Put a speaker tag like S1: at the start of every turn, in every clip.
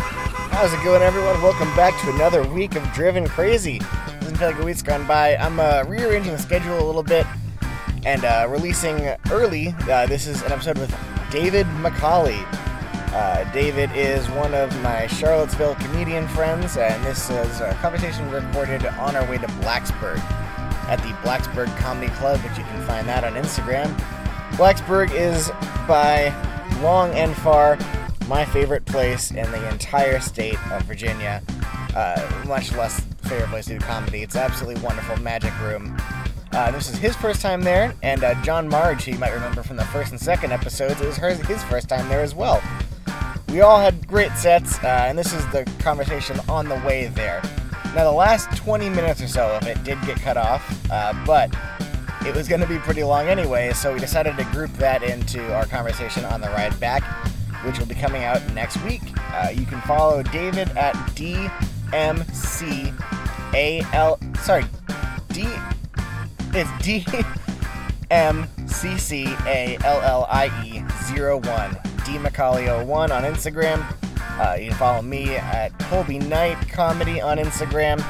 S1: How's it going, everyone? Welcome back to another week of Driven Crazy. Doesn't feel like a week's gone by. I'm uh, rearranging the schedule a little bit and uh, releasing early. Uh, this is an episode with David McCauley. Uh, David is one of my Charlottesville comedian friends, and this is a conversation recorded on our way to Blacksburg at the Blacksburg Comedy Club, which you can find that on Instagram. Blacksburg is by long and far my favorite place in the entire state of Virginia. Uh, much less favorite place to do comedy. It's absolutely wonderful magic room. Uh, this is his first time there, and uh, John Marge, who you might remember from the first and second episodes, it was hers, his first time there as well. We all had great sets, uh, and this is the conversation on the way there. Now, the last 20 minutes or so of it did get cut off, uh, but it was going to be pretty long anyway, so we decided to group that into our conversation on the ride back, which will be coming out next week. Uh, you can follow David at DMCAL. Sorry, D. It's D M C C A L L I E 01. D Macaulay 01 on Instagram. Uh, you can follow me at Colby Knight Comedy on Instagram,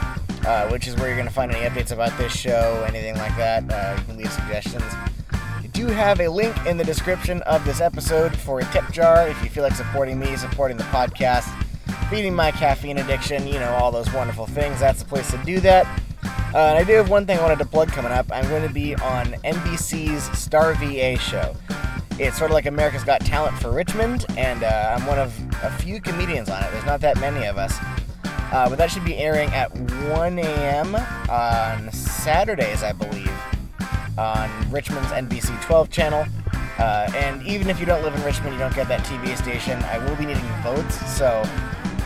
S1: uh, which is where you're going to find any updates about this show, anything like that. Uh, you can leave suggestions. I do have a link in the description of this episode for a tip jar if you feel like supporting me, supporting the podcast, feeding my caffeine addiction, you know, all those wonderful things. That's the place to do that. Uh, and I do have one thing I wanted to plug coming up. I'm going to be on NBC's Star VA show. It's sort of like America's Got Talent for Richmond, and uh, I'm one of a few comedians on it. There's not that many of us. Uh, but that should be airing at 1 a.m. on Saturdays, I believe, on Richmond's NBC 12 channel. Uh, and even if you don't live in Richmond, you don't get that TV station. I will be needing votes, so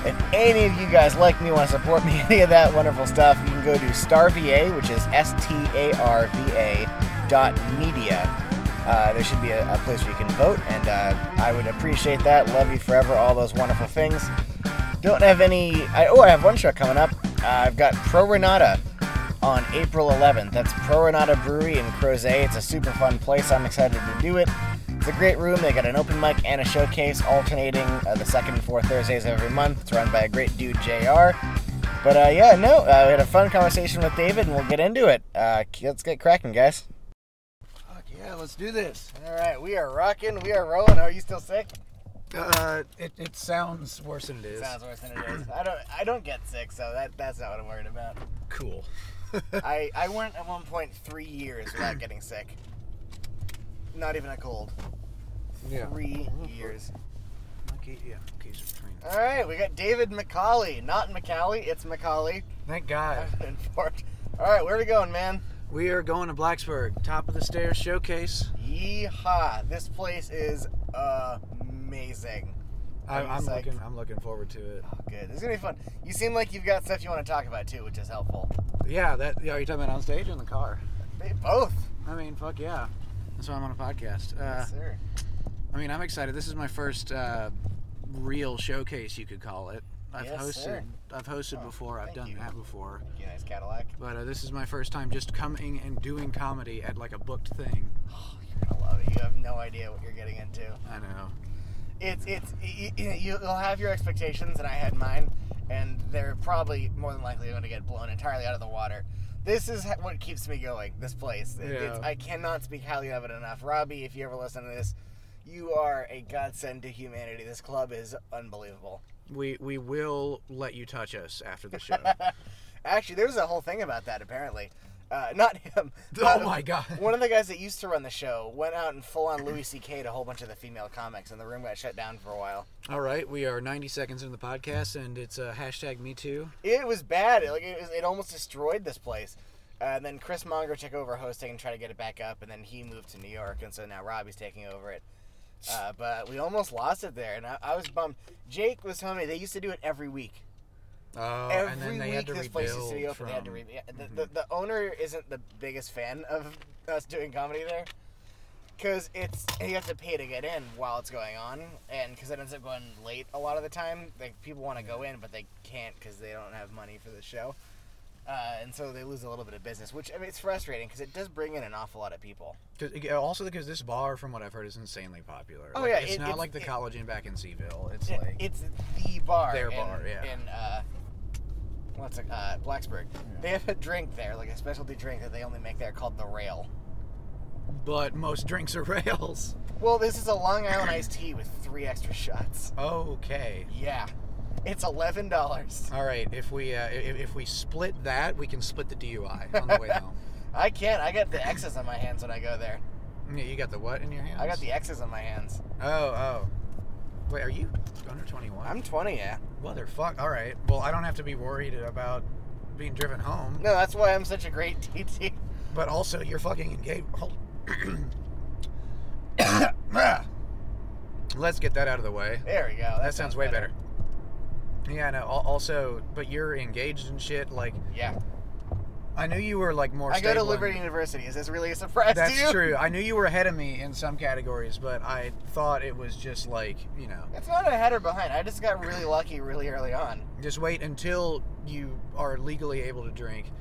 S1: if any of you guys like me, want to support me, any of that wonderful stuff, you can go to StarVA, which is S-T-A-R-V-A dot media. Uh, there should be a, a place where you can vote, and uh, I would appreciate that. Love you forever, all those wonderful things. Don't have any. I, oh, I have one show coming up. Uh, I've got Pro Renata on April 11th. That's Pro Renata Brewery in Crozet. It's a super fun place. I'm excited to do it. It's a great room. They got an open mic and a showcase alternating uh, the second and fourth Thursdays of every month. It's run by a great dude, JR. But uh, yeah, no, uh, we had a fun conversation with David, and we'll get into it. Uh, let's get cracking, guys.
S2: Fuck yeah, let's do this.
S1: All right, we are rocking. We are rolling. Are you still sick?
S2: Uh, it, it sounds worse than it is.
S1: Sounds worse than it is. I don't. I don't get sick, so that that's not what I'm worried about.
S2: cool.
S1: I I went at one point three years without getting sick. Not even a cold.
S2: Yeah.
S1: Three years.
S2: Okay, yeah. Okay, so train.
S1: All right, we got David McCauley. Not McCauley. It's McCauley.
S2: Thank God.
S1: And Fort. All right, where are we going, man?
S2: We are going to Blacksburg, top of the stairs showcase.
S1: Yeehaw! This place is amazing.
S2: I,
S1: I'm
S2: I'm
S1: psyched.
S2: looking. I'm looking forward to it.
S1: Oh, good. This is gonna be fun. You seem like you've got stuff you want to talk about too, which is helpful.
S2: Yeah, that. Yeah, are you talking about on stage or in the car?
S1: They both.
S2: I mean, fuck yeah. That's why I'm on a podcast. Uh,
S1: yes, sir.
S2: I mean, I'm excited. This is my first uh, real showcase, you could call it. I've
S1: Yes,
S2: hosted.
S1: sir.
S2: I've hosted
S1: Oh,
S2: before. I've
S1: thank
S2: done
S1: you.
S2: that before.
S1: You nice Cadillac.
S2: But uh, this is my first time just coming and doing comedy at like a booked thing.
S1: Oh, you're gonna love it. You have no idea what you're getting into.
S2: I know.
S1: It's it's y- y- you'll have your expectations, and I had mine, and they're probably more than likely going to get blown entirely out of the water. This is ha- what keeps me going. This place. It- it's-
S2: Yeah.
S1: I cannot speak highly of it enough. Robbie, if you ever listen to this, you are a godsend to humanity. This club is unbelievable.
S2: We we will let you touch us after the show.
S1: Actually, there was a whole thing about that. Apparently, uh, not him.
S2: oh
S1: but
S2: my god.
S1: One of the guys that used to run the show went out and full on Louis C.K. to a whole bunch of the female comics, and the room got shut down for a while.
S2: All right, we are 90 seconds into the podcast, and it's uh, hashtag Me Too.
S1: It was bad. It, like it, was, it almost destroyed this place. Uh, and then Chris Monger took over hosting and tried to get it back up, and then he moved to New York, and so now Robbie's taking over it. Uh, but we almost lost it there, and I, I was bummed. Jake was telling me they used to do it every week.
S2: Oh,
S1: every
S2: and then they
S1: week,
S2: had to
S1: this
S2: rebuild
S1: place used to be open. They
S2: from. Mm-hmm.
S1: had to re- yeah, the, the, the owner isn't the biggest fan of us doing comedy there, because it's you have to pay to get in while it's going on, and because it ends up going late a lot of the time. Like people want to go in, but they can't because they don't have money for the show. Uh, and so they lose a little bit of business, which I mean, it's frustrating because it does bring in an awful lot of people.
S2: Cause, ag- also because this bar, from what I've heard, is insanely popular.
S1: Oh,
S2: Like,
S1: yeah,
S2: it's
S1: it-
S2: not
S1: it's-
S2: like the
S1: it-
S2: college inn back in Seaville. It's
S1: It-
S2: like
S1: it's the bar.
S2: Their
S1: in-
S2: bar, yeah.
S1: In uh, what's it? Uh, Blacksburg. They have a drink there, like a specialty drink that they only make there called the Rail.
S2: but most drinks are rails.
S1: Well, this is a Long Island iced tea with three extra shots.
S2: Okay.
S1: Yeah, it's eleven dollars.
S2: All right. If we uh, if, if we split that, we can split the DUI on the way home.
S1: I can't. I got the X's on my hands when I go there.
S2: Yeah, you got the what in your hands?
S1: I got the X's on my hands.
S2: Oh, oh. Wait, are you under 21?
S1: I'm 20, yeah.
S2: Motherfuck. All right. Well, I don't have to be worried about being driven home.
S1: No, that's why I'm such a great TT.
S2: But also, you're fucking engaged. Hold. Let's get that out of the way.
S1: There we go.
S2: That sounds way better. Yeah, no. al- Also, but you're engaged and shit. Like,
S1: Yeah.
S2: I knew you were like more.
S1: I go to
S2: stable in-
S1: Liberty University. Is this really a surprise to
S2: That's
S1: you?
S2: true. I knew you were ahead of me in some categories, but I thought it was just like you know,
S1: It's not ahead or behind. I just got really lucky really early on.
S2: just wait until you are legally able to drink,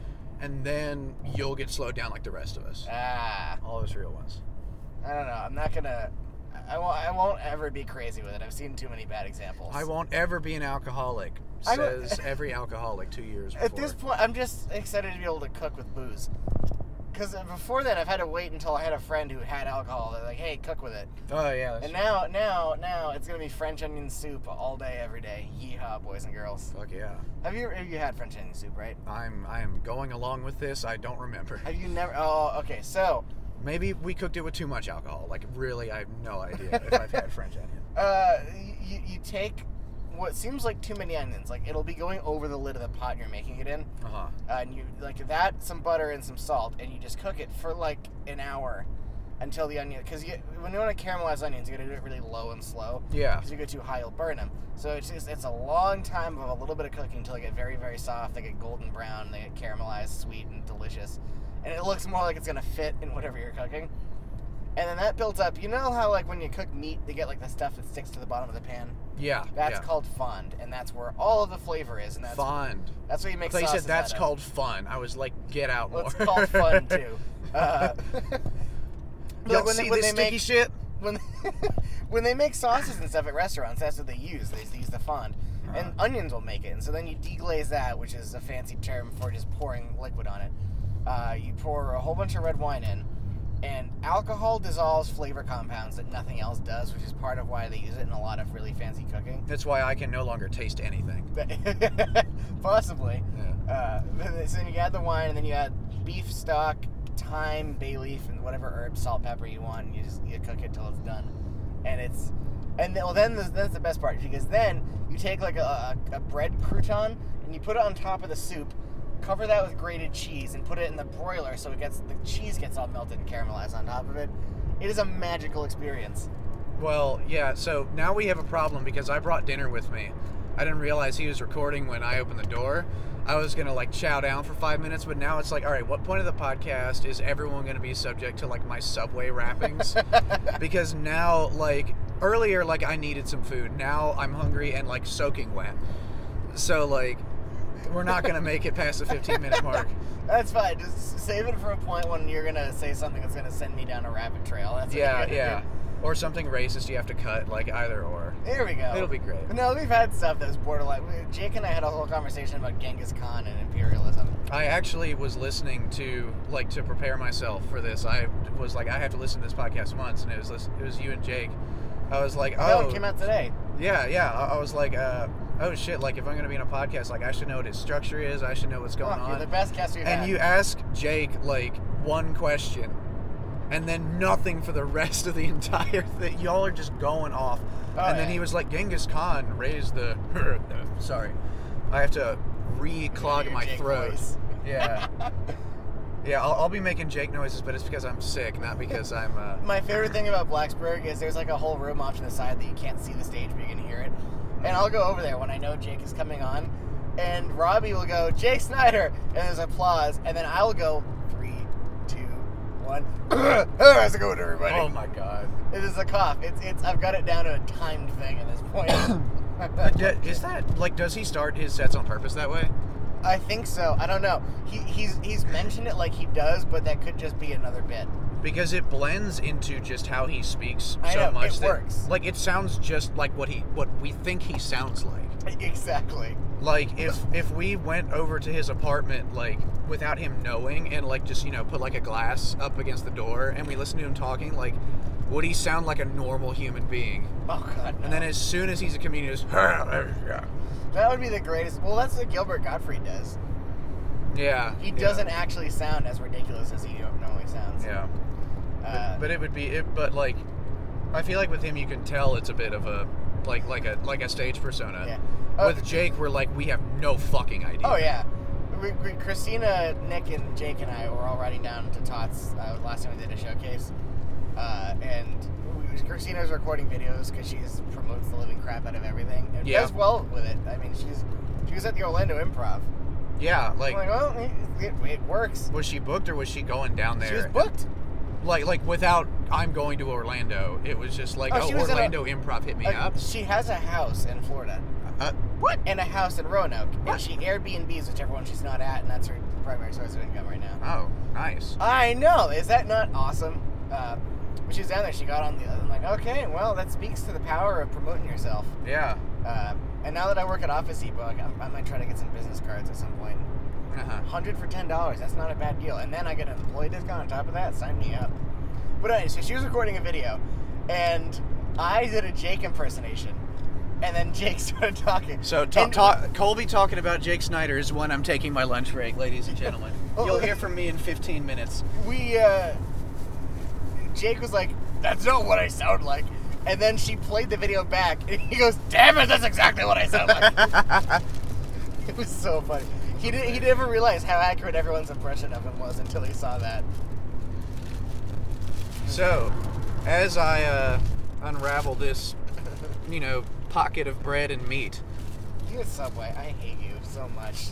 S2: and then you'll get slowed down like the rest of us.
S1: Ah,
S2: All of us real ones.
S1: I don't know. I'm not gonna. I won't. I won't ever be crazy with it. I've seen too many bad examples.
S2: I won't ever be an alcoholic.
S1: I don't-
S2: Says every alcoholic two years before.
S1: At this point, I'm just excited to be able to cook with booze. Because before that, I've had to wait until I had a friend who had alcohol. They're like, "Hey, cook with it."
S2: oh yeah, that's
S1: And now, now, now, it's gonna be French onion soup all day, every day. Yeehaw, boys and girls.
S2: fuck yeah.
S1: Have you have you had French onion soup, right?
S2: I'm I am going along with this. I don't remember.
S1: Have you never? Oh, okay. So,
S2: Maybe we cooked it with too much alcohol. Like really, I have no idea if I've had French onion.
S1: uh, you you take what seems like too many onions. Like it'll be going over the lid of the pot you're making it in.
S2: Uh huh.
S1: uh, and you like that, some butter and some salt, and you just cook it for like an hour until the onion. Because you, when you want to caramelize onions, you got to do it really low and slow.
S2: Yeah.
S1: Because you go too high, you'll burn them. So it's just, it's a long time of a little bit of cooking until they get very very soft. They get golden brown. They get caramelized, sweet and delicious, and it looks more like it's gonna fit in whatever you're cooking. And then that builds up. You know how like when you cook meat, they get like the stuff that sticks to the bottom of the pan.
S2: Yeah.
S1: That's
S2: yeah.
S1: called fond, and that's where all of the flavor is, and that's
S2: fond.
S1: that's what you
S2: I
S1: make.
S2: thought you
S1: sauces
S2: said that's
S1: out of.
S2: called fun. I was like, get out more.
S1: uh, Well, it's called fun too. Uh,
S2: Y'all
S1: like when
S2: see
S1: they, when
S2: this
S1: they
S2: sticky
S1: make
S2: shit?
S1: when when they make sauces and stuff at restaurants, that's what they use. They use the fond, and onions will make it. And so then you deglaze that, which is a fancy term for just pouring liquid on it. Uh, you pour a whole bunch of red wine in, and alcohol dissolves flavor compounds that nothing else does, which is part of why they use it in a lot of really fancy cooking.
S2: That's why I can no longer taste anything.
S1: Possibly.
S2: Yeah.
S1: Uh, so then you add the wine, and then you add beef stock, thyme, bay leaf, and whatever herb, salt, pepper you want. And you just you cook it till it's done, and it's and then, well then the, that's the best part because then you take like a, a, a bread crouton and you put it on top of the soup, cover that with grated cheese, and put it in the broiler so it gets the cheese gets all melted and caramelized on top of it. It is a magical experience.
S2: Well, yeah, so now we have a problem because I brought dinner with me. I didn't realize he was recording when I opened the door. I was gonna like chow down for five minutes, but now it's like, all right, what point of the podcast is everyone gonna be subject to like my subway wrappings? because now, like earlier, like I needed some food. Now I'm hungry and like soaking wet. So like, we're not gonna make it past the 15 minute mark.
S1: That's fine. Just save it for a point when you're gonna say something that's gonna send me down a rabbit trail. That's what you're
S2: Yeah,
S1: gonna
S2: yeah.
S1: do.
S2: Or something racist you have to cut, like either or.
S1: There we go.
S2: It'll be great.
S1: No, we've had stuff that was borderline. we- Jake and I had a whole conversation about Genghis Khan and imperialism.
S2: I actually was listening to like to prepare myself for this. I was like, I have to listen to this podcast once, and it was lis- it was you and Jake. I was like,
S1: That
S2: oh,
S1: one came out today.
S2: yeah, yeah. I, I was like, uh, oh shit, like if I'm gonna be in a podcast, like I should know what its structure is. I should know what's going
S1: Fuck, you're the
S2: on.
S1: best guest we've
S2: And
S1: had.
S2: you ask Jake like one question, and then nothing for the rest of the entire thing. Y'all are just going off.
S1: Oh,
S2: and then
S1: yeah.
S2: he was like, Genghis Khan raised the. sorry, I have to re-clog
S1: Your
S2: my
S1: Jake
S2: throat.
S1: voice.
S2: Yeah. Yeah, I'll, I'll be making Jake noises, but it's because I'm sick, not because I'm. Uh,
S1: My favorite thing about Blacksburg is there's like a whole room off to the side that you can't see the stage, but you can hear it. And I'll go over there when I know Jake is coming on, and Robbie will go, Jake Snyder, and there's applause, and then I'll go, three, two, one. How's it going, everybody?
S2: oh my god.
S1: It is a cough. It's it's. I've got it down to a timed thing at this point.
S2: D- is that like? Does he start his sets on purpose that way?
S1: I think so. I don't know. He, he's he's mentioned it like he does, but that could just be another bit.
S2: because it blends into just how he speaks
S1: I
S2: so
S1: know,
S2: much
S1: it
S2: that
S1: works.
S2: like it sounds just like what he what we think he sounds like.
S1: Exactly.
S2: Like if if we went over to his apartment like without him knowing and like just you know put like a glass up against the door and we listened to him talking like would he sound like a normal human being?
S1: Oh god.
S2: And then as soon as he's a comedian, it's,
S1: that would be the greatest. Well, that's what Gilbert Gottfried does.
S2: yeah,
S1: He
S2: yeah,
S1: doesn't actually sound as ridiculous as he normally sounds.
S2: Yeah,
S1: Uh,
S2: but it would be it. But like, I feel like with him, you can tell it's a bit of a like like a like a stage persona.
S1: Yeah. Oh.
S2: With Jake, we're like we have no fucking idea.
S1: Oh yeah, we, we, Christina, Nick, and Jake and I were all riding down to Tots uh, last time we did a showcase, uh, and we- Christina's recording videos because she just promotes the living crap out of everything and
S2: Yeah.
S1: does well with it. I mean, she's she was at the Orlando Improv.
S2: yeah.
S1: I'm
S2: Like,
S1: like, well, it, it, it works.
S2: was she booked or was she going down there?
S1: She was booked.
S2: Like like without I'm going to Orlando. It was just like
S1: Oh,
S2: oh,
S1: she was in a-
S2: Orlando Improv hit me
S1: Uh,
S2: up.
S1: she has a house in Florida
S2: Uh, what?
S1: and a house in Roanoke,
S2: What?
S1: and she Airbnbs whichever one she's not at, and that's her primary source of income right now.
S2: Oh, nice.
S1: I know. Is that not awesome? Uh, when she was down there, she got on the. I'm like, okay, well, that speaks to the power of promoting yourself.
S2: Yeah.
S1: Uh, and now that I work at Office eBook, I'm, I might try to get some business cards at some point.
S2: Uh-huh.
S1: Hundred for ten dollars. That's not a bad deal. And then I get an employee discount on top of that. Sign me up. But anyway, so she was recording a video, and I did a Jake impersonation, and then Jake started talking.
S2: So ta-
S1: And-
S2: ta- Colby talking about Jake Snyder is when I'm taking my lunch break, ladies and gentlemen. You'll hear from me in 15 minutes.
S1: we uh Jake was like, "That's not what I sound like," and then she played the video back, and he goes, "Damn it, that's exactly what I sound like." it was so funny. He did, he never realized how accurate everyone's impression of him was until he saw that.
S2: So, as I uh, unravel this, you know, pocket of bread and meat,
S1: You at Subway, I hate you so much.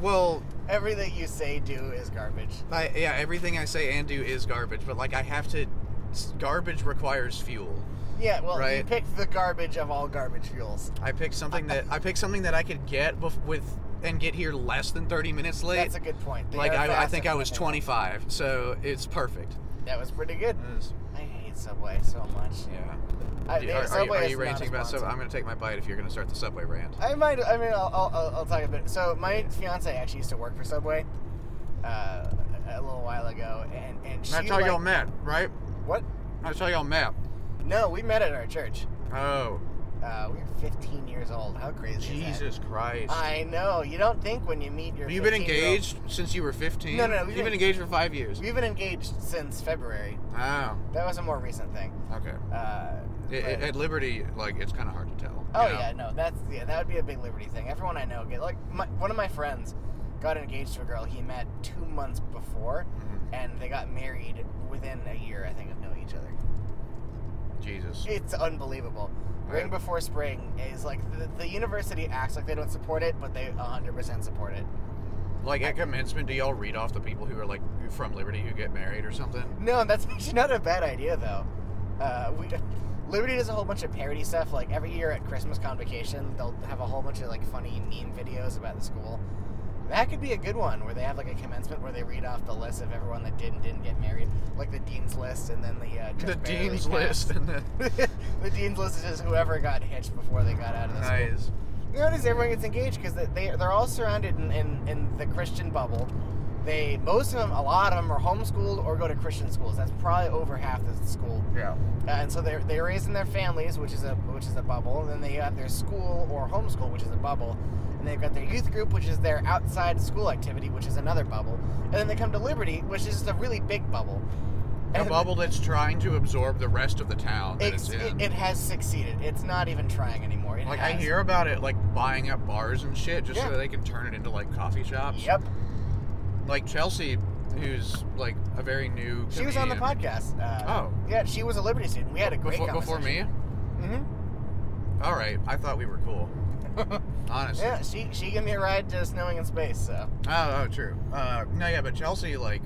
S2: well,
S1: Everything you say, do is garbage.
S2: I, yeah, everything I say and do is garbage, but like I have to. s- Garbage requires fuel.
S1: Yeah, well, you
S2: Right.
S1: picked the garbage of all garbage fuels.
S2: I picked something that I picked something that I could get bef- with and get here less than 30 minutes late.
S1: That's a good point. They
S2: like
S1: are
S2: I, I
S1: fast
S2: think
S1: if
S2: I was
S1: nothing
S2: 25, so it's perfect.
S1: else. That was pretty good. I hate Subway so much.
S2: Mm. Yeah.
S1: I,
S2: Are, are, you,
S1: Subway
S2: are
S1: is
S2: you ready
S1: not
S2: to
S1: a
S2: talk about
S1: sponsor.
S2: Subway? I'm going to take my bite if you're going to start the Subway rant.
S1: I might. I mean, I'll, I'll, I'll- I'll talk a bit. So my fiance actually used to work for Subway uh, a little while ago, and and she.
S2: That's how
S1: like-
S2: y'all met, right?
S1: What?
S2: That's how y'all met.
S1: No, we met at our church.
S2: Oh,
S1: Uh, we were 15 years old. How crazy is that?
S2: Jesus Christ.
S1: I know. You don't think when you meet your.
S2: Have you been
S1: 15 -year-old-
S2: engaged since you were 15?
S1: No, no, no, we've
S2: You've
S1: been-
S2: been engaged for five years.
S1: We've been engaged since February.
S2: Oh,
S1: That was a more recent thing.
S2: okay.
S1: Uh,
S2: I- I-
S1: but-
S2: at Liberty, like, it's kind of hard to tell.
S1: Oh
S2: you know?
S1: yeah, no, that's yeah, that would be a big Liberty thing. Everyone I know get like my, one of my friends got engaged to a girl he met two months before,
S2: Mhm.
S1: and they got married within a year, I think, of knowing each other.
S2: Jesus.
S1: It's unbelievable. Ring
S2: Right.
S1: Before Spring is like the, the university acts like they don't support it, but they 100% support it.
S2: Like, at commencement, do y'all read off the people who are, like, from Liberty who get married or something?
S1: No, that's actually not a bad idea though. Uh, we. Liberty does a whole bunch of parody stuff. Like every year at Christmas convocation, they'll have a whole bunch of like funny meme videos about the school. That could be a good one where they have like a commencement where they read off the list of everyone that did and didn't get married, like the dean's list and then the uh,
S2: The
S1: just barely
S2: dean's
S1: passed.
S2: list and the.
S1: the dean's list is just whoever got hitched before they got out of the school.
S2: Nice.
S1: Notice everyone gets engaged because they they- they're all surrounded in, in, in the Christian bubble. They most of them, a lot of them, are homeschooled or go to Christian schools. That's probably over half the school.
S2: Yeah.
S1: Uh, and so they're they're raised in their families, which is a which is a bubble. Then they have their school or homeschool, which is a bubble. And they've got their youth group, which is their outside school activity, which is another bubble. And then they come to Liberty, which is just a really big bubble.
S2: A
S1: And-
S2: bubble that's trying to absorb the rest of the town that
S1: It's,
S2: it's in.
S1: it, it has succeeded. It's not even trying anymore. It
S2: Like I
S1: has.
S2: hear about it, like buying up bars and shit, just
S1: Yeah.
S2: so they can turn it into like coffee shops.
S1: Yep.
S2: Like Chelsea, who's like a very new.
S1: She was on the
S2: comedian.
S1: podcast. Uh,
S2: Oh,
S1: Yeah, she was a Liberty student. We had a great
S2: before, before me.
S1: hmm
S2: All right, I thought we were cool. Honestly.
S1: Yeah, she she gave me a ride to Snowing in Space. So
S2: Oh, oh, true. Uh, no, yeah, but Chelsea, like,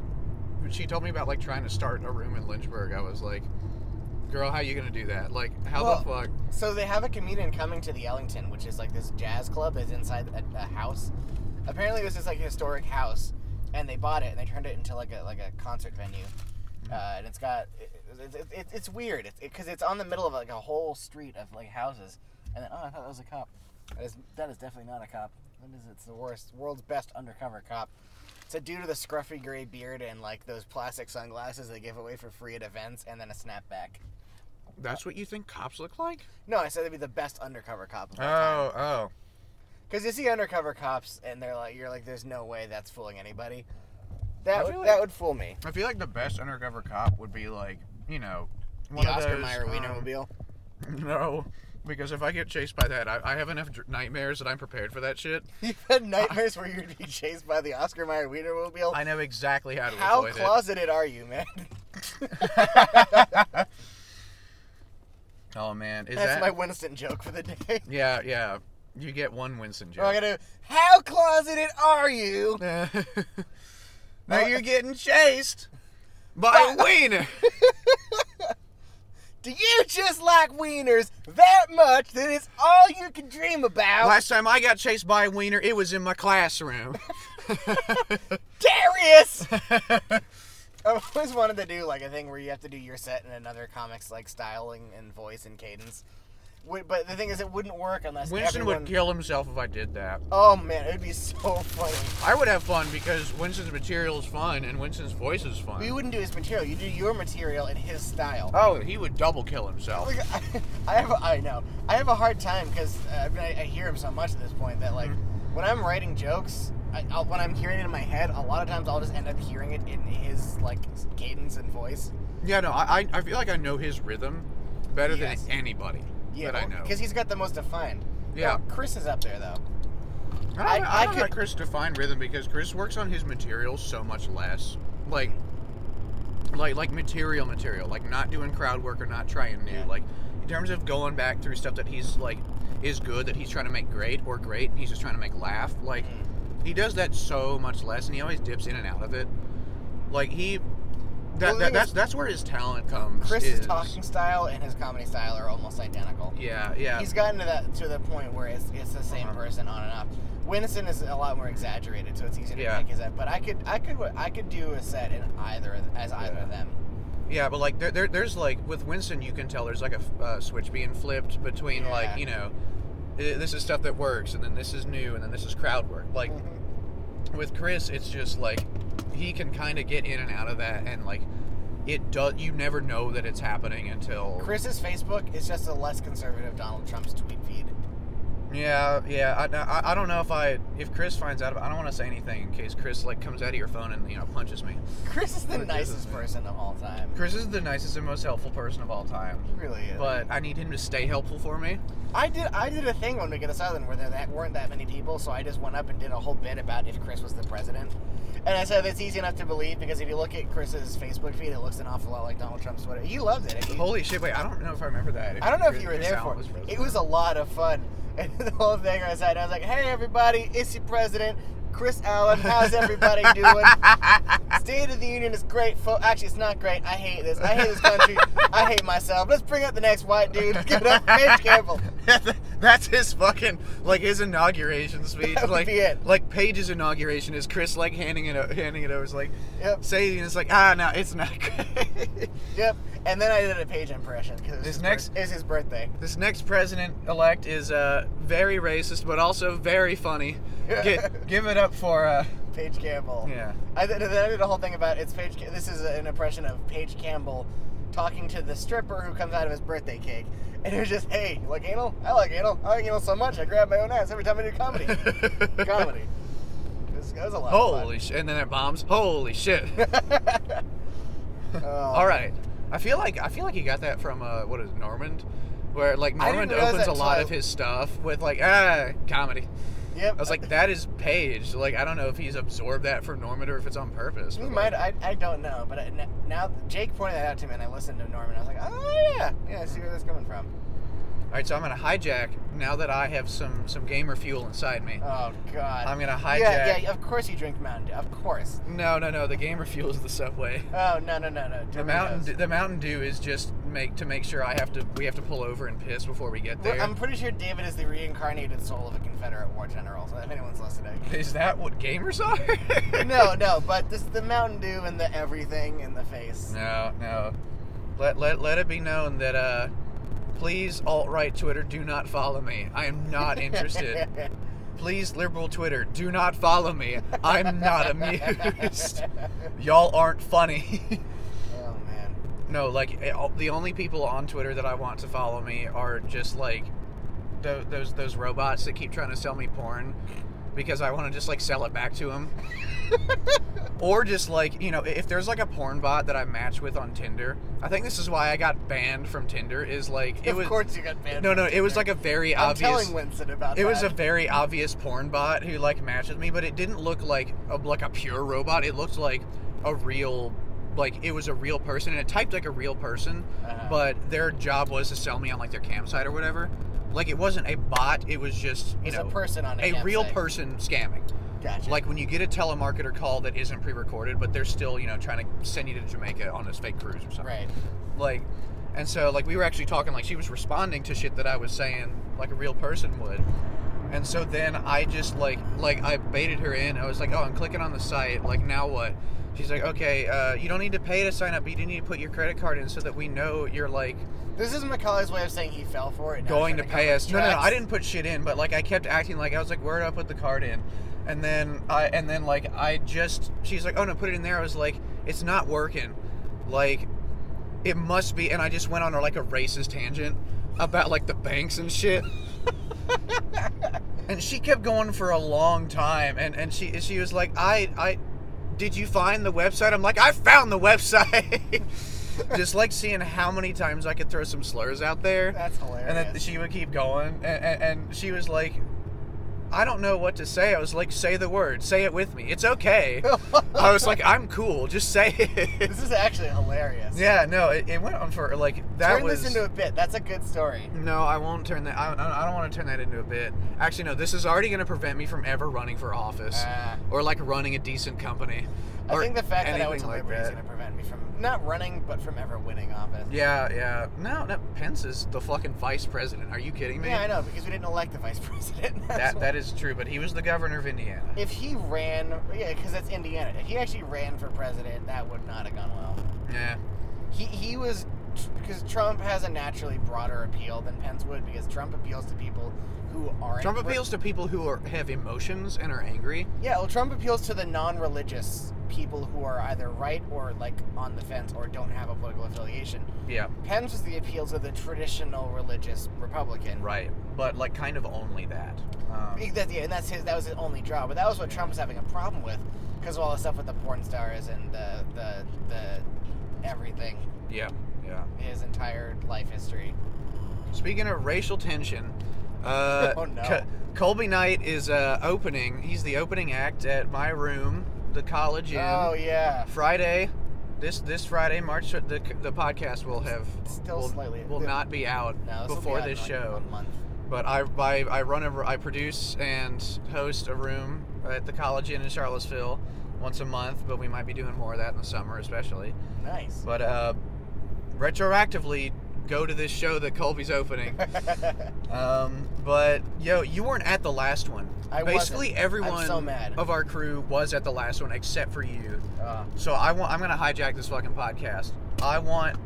S2: when she told me about like trying to start a room in Lynchburg. I was like, "Girl, how you gonna do that? Like, how
S1: Well-
S2: the fuck?"
S1: so they have a comedian coming to the Ellington, which is like this jazz club that's inside a, a house, apparently this is like a historic house, and they bought it and they turned it into like a like a concert venue, uh, and it's got it, it, it, it- it's weird because it's, 'cause it's on the middle of like a whole street of like houses, and then oh I thought that was a cop. That is that is definitely not a cop. That is it's the worst world's best undercover cop. It's a dude with a scruffy gray beard and like those plastic sunglasses they give away for free at events, and then a snapback.
S2: That's what you think cops look like?
S1: No, I said they'd be the best undercover cop. Of all time.
S2: Oh, oh.
S1: Because you see undercover cops, and they're like, you're like, there's no way that's fooling anybody. That
S2: I
S1: would,
S2: feel like-
S1: that would fool me.
S2: I feel like the best undercover cop would be like, you know, one
S1: The
S2: of
S1: Oscar
S2: those,
S1: Mayer
S2: um,
S1: Wienermobile.
S2: No, because if I get chased by that, I, I have enough dr- nightmares that I'm prepared for that shit.
S1: You've had nightmares where you're being chased by the Oscar Mayer Wienermobile.
S2: I know exactly how to
S1: How
S2: avoid
S1: closeted are you, man?
S2: it. oh man, is
S1: That's
S2: that?
S1: my Winston joke for the day.
S2: Yeah, yeah. You get one Winston joke.
S1: I'm gonna. How closeted are you?
S2: now you're getting chased by a wiener.
S1: Do you just like wieners that much that it's all you can dream about?
S2: Last time I got chased by a wiener, it was in my classroom.
S1: Darius. I've always wanted to do like a thing where you have to do your set in another comics like styling and voice and cadence. Wait, But the thing is, it wouldn't work unless
S2: Winston
S1: everyone.
S2: would kill himself if I did that.
S1: oh man, it'd be so funny.
S2: I would have fun because Winston's material is fun and Winston's voice is fun.
S1: We wouldn't do his material. You do your material in his style.
S2: oh, he would double kill himself.
S1: Like, I, I have, I know, I have a hard time because I, mean, I, I hear him so much at this point that like
S2: Mm-hmm.
S1: when I'm writing jokes, I, I'll, when I'm hearing it in my head, a lot of times I'll just end up hearing it in his like cadence and voice.
S2: Yeah, no, I, I- I feel like I know his rhythm better
S1: Yes.
S2: than anybody that I know.
S1: because he's got the most defined.
S2: Yeah.
S1: No, Chris is up there though.
S2: I,
S1: I-
S2: don't-
S1: I
S2: I, could
S1: could-
S2: let Chris define rhythm because Chris works on his material so much less. Like, like, like material, material. Like not doing crowd work or not trying new.
S1: Yeah.
S2: Like in terms of going back through stuff that he's like is good that he's trying to make great or great and he's just trying to make laugh. Like
S1: Mm.
S2: he does that so much less and he always dips in and out of it. Like he. That,
S1: Well, the
S2: that,
S1: thing
S2: that's
S1: is-
S2: that's where his talent comes.
S1: Chris's
S2: is-
S1: talking style and his comedy style are almost identical.
S2: Yeah, yeah.
S1: He's gotten to that to the point where it's, it's the same
S2: Uh-huh.
S1: person on and off. Winston is a lot more exaggerated, so it's easier to
S2: Yeah.
S1: take his up. But I could I could I could do a set in either of- as either of them.
S2: Yeah, but like there, there, there's like with Winston, you can tell there's like a f- uh, switch being flipped between
S1: Yeah.
S2: like you know, i- this is stuff that works, and then this is new, and then this is crowd work. Like with Chris, it's just like he can kind of get in and out of that, and like it does. You never know that it's happening until
S1: Chris's Facebook is just a less conservative Donald Trump's tweet feed.
S2: Yeah, yeah. I- I, I don't know if I if Chris finds out. I don't want to say anything in case Chris like comes out of your phone and you know punches me.
S1: Chris is the
S2: What is
S1: nicest
S2: this, man?
S1: person of all time.
S2: Chris is the nicest and most helpful person of all time,
S1: He really is.
S2: but I need him to stay helpful for me.
S1: I did I did a thing when we get this island where there that weren't that many people, so I just went up and did a whole bit about if Chris was the president. And I said that's easy enough to believe because if you look at Chris's Facebook feed, it looks an awful lot like Donald Trump's Twitter. He loved it. He-
S2: Holy shit! Wait, I don't know if I remember that.
S1: I don't know if you were there
S2: Allen
S1: for
S2: was
S1: it.
S2: president.
S1: It was a lot of fun. And the whole thing I said, I was like, "Hey everybody, it's your president, Chris Allen. How's everybody doing?" State of the Union is great. Fo- Actually, it's not great. I hate this. I hate this country. I hate myself. Let's bring up the next white dude. Give it up, for Paige Campbell.
S2: That's his fucking like his inauguration speech.
S1: That would
S2: like
S1: be it.
S2: like Paige's inauguration is Chris like handing it o- handing it over. It's like
S1: Yep.
S2: saying it's like ah no it's not. great."
S1: Yep. And then I did a Page impression because it was
S2: This
S1: his
S2: next-
S1: birth- it was his birthday.
S2: this next president elect is uh, very racist but also very funny. Get, give it up for uh,
S1: Paige Campbell.
S2: yeah.
S1: I did, then I did a whole thing about it's Paige. Ca- This is an impression of Paige Campbell talking to the stripper who comes out of his birthday cake, and it was just, "Hey, you like anal? I like anal. I like anal so much I grab my own ass every time I do comedy. comedy. It was, it was a lot.
S2: Holy shit! And then it bombs. Holy shit!
S1: Of fun. Oh.
S2: All right. I feel like I feel like he got that from uh, what is it, Normand, where like
S1: I didn't
S2: Normand
S1: realize
S2: opens
S1: that
S2: a lot
S1: till
S2: of
S1: I-
S2: his stuff with like ah comedy.
S1: Yep.
S2: I was like, that is Paige. Like I don't know if he's absorbed that from Normand or if it's on purpose.
S1: He
S2: but,
S1: might.
S2: like,
S1: I, I don't know, but I, now Jake pointed that out to me, and I listened to Norman. I was like, oh yeah, yeah. I see where that's coming from.
S2: right, so I'm gonna hijack now that I have some some gamer fuel inside me.
S1: Oh God.
S2: I'm gonna hijack.
S1: Yeah, yeah. Of course you drink Mountain Dew. Of course.
S2: No, no, no. The gamer fuel is the subway.
S1: Oh no no no no.
S2: The mountain, Dew- the Mountain Dew is just make to make sure I have to we have to pull over and piss before we get there.
S1: Well, I'm pretty sure David is the reincarnated soul of a Confederate war general. So if anyone's listening.
S2: Is that what gamers are?
S1: no no, but this the Mountain Dew and the everything in the face.
S2: no, no. Let let let it be known that uh, please alt right Twitter do not follow me. I am not interested. please liberal Twitter do not follow me. I'm not amused. Y'all aren't funny.
S1: oh man.
S2: No, like it- all- the only people on Twitter that I want to follow me are just like tho- those those robots that keep trying to sell me porn because I want to just like sell it back to them. or just like, you know, i- if there's like a porn bot that I match with on Tinder, I think this is why I got banned from Tinder is like it
S1: of
S2: was
S1: course you got banned.
S2: No,
S1: from
S2: no, it was
S1: Tinder.
S2: like a very
S1: I'm
S2: obvious
S1: telling Winston about
S2: it was a
S1: that.
S2: very obvious porn bot who like matched with me, but it didn't look like a like a pure robot. It looked like a real like it was a real person and it typed like a real person,
S1: Uh-huh.
S2: but their job was to sell me on like their campsite or whatever. Like it wasn't a bot, it was just, you
S1: It's
S2: know,
S1: a person on a,
S2: a real
S1: campsite.
S2: person scamming.
S1: Gotcha.
S2: Like when you get a telemarketer call that isn't pre-recorded, but they're still, you know, trying to send you to Jamaica on this fake cruise or something
S1: right.
S2: like and so like we were actually talking like she was responding to shit that i was saying like a real person would and so then i just like like i baited her in i was like oh i'm clicking on the site like now what she's like okay uh, you don't need to pay to sign up but you do need to put your credit card in so that we know you're like
S1: This is McCullough's way of saying he fell for it. now
S2: going to
S1: he's trying
S2: pay
S1: cover
S2: us
S1: his
S2: no no no
S1: tracks.
S2: i didn't put shit in but like i kept acting like i was like where do i put the card in and then i and then like i just she's like oh no put it in there i was like it's not working like it must be and i just went on a, like a racist tangent about like the banks and shit and she kept going for a long time and and she she was like i i did you find the website i'm like i found the website just like seeing how many times i could throw some slurs out there
S1: That's hilarious.
S2: and then she would keep going and, and, and she was like i don't know what to say i was like say the word say it with me it's okay i was like i'm cool just say it
S1: this is actually hilarious.
S2: yeah no it, it went on for like that
S1: Turn
S2: was
S1: this into a bit. That's a good story.
S2: no i won't turn that i, I I don't want to turn that into a bit actually no this is already going to prevent me from ever running for office
S1: Ah.
S2: or like running a decent company
S1: I
S2: or
S1: think the fact that I went to
S2: anything like
S1: Liberty is
S2: that.
S1: going to prevent me from not running, but from ever winning office.
S2: yeah yeah no no pence is the fucking vice president are you kidding me
S1: Yeah, I know because we didn't elect the vice president. That's
S2: that
S1: why.
S2: that is true but he was the governor of indiana
S1: If he ran, yeah, because that's Indiana. If he actually ran for president, that would not have gone well.
S2: yeah
S1: He he was because Trump has a naturally broader appeal than Pence would because Trump appeals to people who aren't.
S2: Trump
S1: re-
S2: appeals to people who are, have emotions and are angry.
S1: Yeah, well, Trump appeals to the non-religious people who are either right or like on the fence or don't have a political affiliation.
S2: Yeah,
S1: Pence was the appeal to the traditional religious Republican.
S2: right. But like, kind of only that. Um,
S1: He- that- yeah, and that's his. That was his only draw. But that was what Trump was having a problem with because of all the stuff with the porn stars and the the the everything.
S2: yeah, yeah.
S1: His entire life history.
S2: Speaking of racial tension, uh,
S1: Oh, no.
S2: Colby Knight is uh, opening. He's the opening act at my room, the college inn,
S1: Oh yeah.
S2: Friday. This this Friday, March the the podcast will have
S1: Still
S2: will,
S1: slightly-
S2: will not be out
S1: No, this
S2: before
S1: will be out in,
S2: this
S1: like,
S2: show.
S1: a month.
S2: But I, I, I run a, I produce and host a room at the College Inn in Charlottesville once a month, but we might be doing more of that in the summer, especially.
S1: Nice.
S2: But uh, retroactively, go to this show that Colby's opening. um, but yo, you weren't at the last one.
S1: I wasn't.
S2: Basically,
S1: I'm
S2: everyone
S1: so mad.
S2: of our crew was at the last one except for you.
S1: Uh,
S2: So I want. I'm gonna hijack this fucking podcast. I want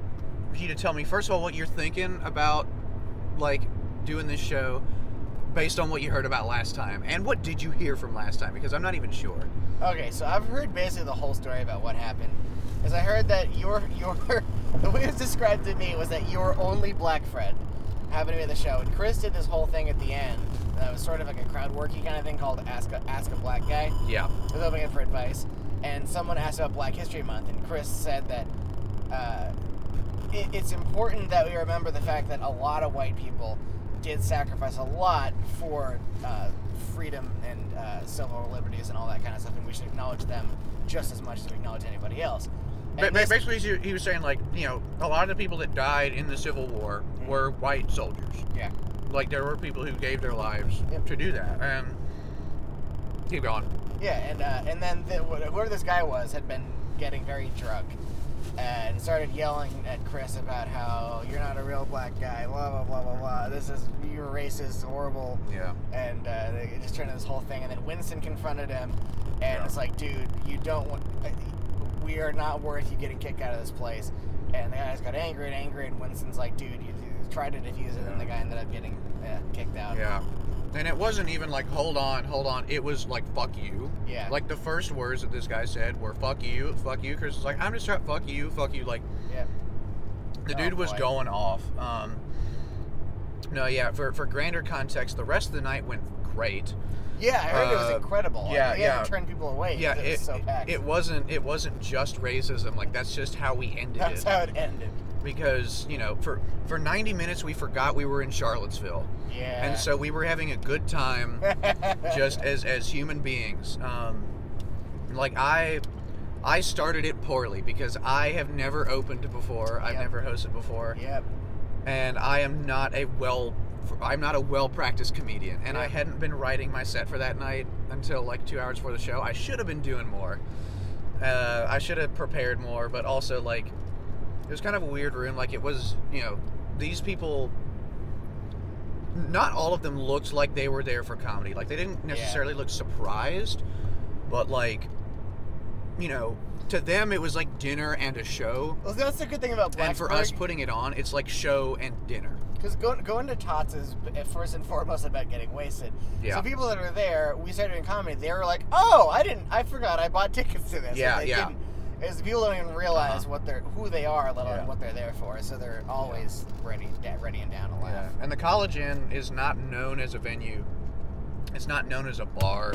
S2: you to tell me first of all what you're thinking about, like doing this show, based on what you heard about last time, and what did you hear from last time? Because I'm not even sure.
S1: Okay, so I've heard basically the whole story about what happened. Is I heard that your your the way it was described to me was that your only black friend happened to be at the show, and Chris did this whole thing at the end that was sort of like a crowd worky kind of thing called ask a ask a black guy.
S2: Yeah.
S1: I was opening up for advice, and someone asked about Black History Month, and Chris said that uh, it, it's important that we remember the fact that a lot of white people did sacrifice a lot for uh, freedom and uh, civil liberties and all that kind of stuff, and we should acknowledge them just as much as we acknowledge anybody else.
S2: Ba-
S1: At
S2: ba-
S1: least-
S2: Basically, he- he was saying like you know a lot of the people that died in the Civil War were white soldiers.
S1: yeah.
S2: Like there were people who gave their lives
S1: Yep.
S2: to do that. And keep going.
S1: Yeah, and uh, and then the, wh- whoever this guy was had been getting very drunk and started yelling at Chris about how you're not a real black guy, blah blah blah blah blah. This is you're racist, horrible,
S2: Yeah.
S1: and uh, they- it just turned into this whole thing. And then Winston confronted him, and
S2: Yeah.
S1: it's like, dude, you don't want. uh, We are not worth you getting kicked out of this place. And the guys got angry and angry, and Winston's like, dude, you, you tried to defuse it, and the guy ended up getting uh, kicked out.
S2: Yeah. And it wasn't even like hold on, hold on. It was like fuck you.
S1: Yeah.
S2: Like the first words that this guy said were fuck you, fuck you. Chris was like, I'm just trying fuck you, fuck you. Like
S1: yeah.
S2: the
S1: Oh,
S2: dude was
S1: boy.
S2: going off. Um, no, yeah. For for grander context, the rest of the night went great.
S1: Yeah, I heard it was
S2: Uh,
S1: incredible.
S2: yeah,
S1: they had
S2: yeah.
S1: to turn people away.
S2: Yeah,
S1: 'cause it,
S2: it,
S1: was so packed.
S2: it wasn't it wasn't just racism. Like that's just how we ended
S1: That's
S2: it.
S1: how it ended.
S2: because you know for for 90 minutes we forgot we were in Charlottesville,
S1: Yeah.
S2: and so we were having a good time. just as as human beings um like i i started it poorly because i have never opened before i've
S1: Yep.
S2: never hosted before
S1: Yep.
S2: and i am not a well i'm not a well practiced comedian and i
S1: Yep.
S2: hadn't been writing my set for that night until like two hours before the show i should have been doing more uh, i should have prepared more but also like it was kind of a weird room like it was you know these people not all of them looked like they were there for comedy. Like they didn't necessarily look surprised, but like, you know, to them it was like dinner and a show.
S1: Well, that's the good thing about Blacksburg.
S2: and for us putting it on, it's like show and dinner.
S1: Because going, going to Tots is uh, first and foremost about getting wasted.
S2: Yeah.
S1: So people that are there, we started doing comedy. They were like, "Oh, I didn't. I forgot. I bought tickets to this."
S2: Yeah,
S1: And they
S2: yeah.
S1: Didn't. Is people don't even realize
S2: Uh-huh.
S1: what they're who they are, let alone
S2: Yeah.
S1: what they're there for. So they're always ready, da- ready and down to laugh.
S2: And the College Inn is not known as a venue. It's not known as a bar.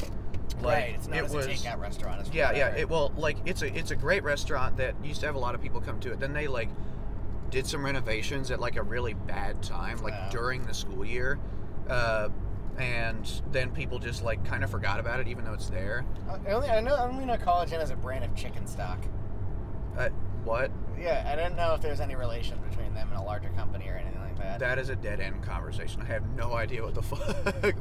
S2: Like,
S1: right. It's not
S2: it
S1: as
S2: was,
S1: a takeout restaurant. It's
S2: Yeah, yeah.
S1: whatever.
S2: It, well, like it's a it's a great restaurant that used to have a lot of people come to it. Then they like did some renovations at like a really bad time, like
S1: Wow.
S2: during the school year, uh, and then people just like kind of forgot about it, even though it's there.
S1: I only I know I only know College Inn is a brand of chicken stock.
S2: Uh, what?
S1: Yeah, I didn't know if there's any relation between them and a larger company or anything like that.
S2: That is a dead end conversation. I have no idea what the fuck.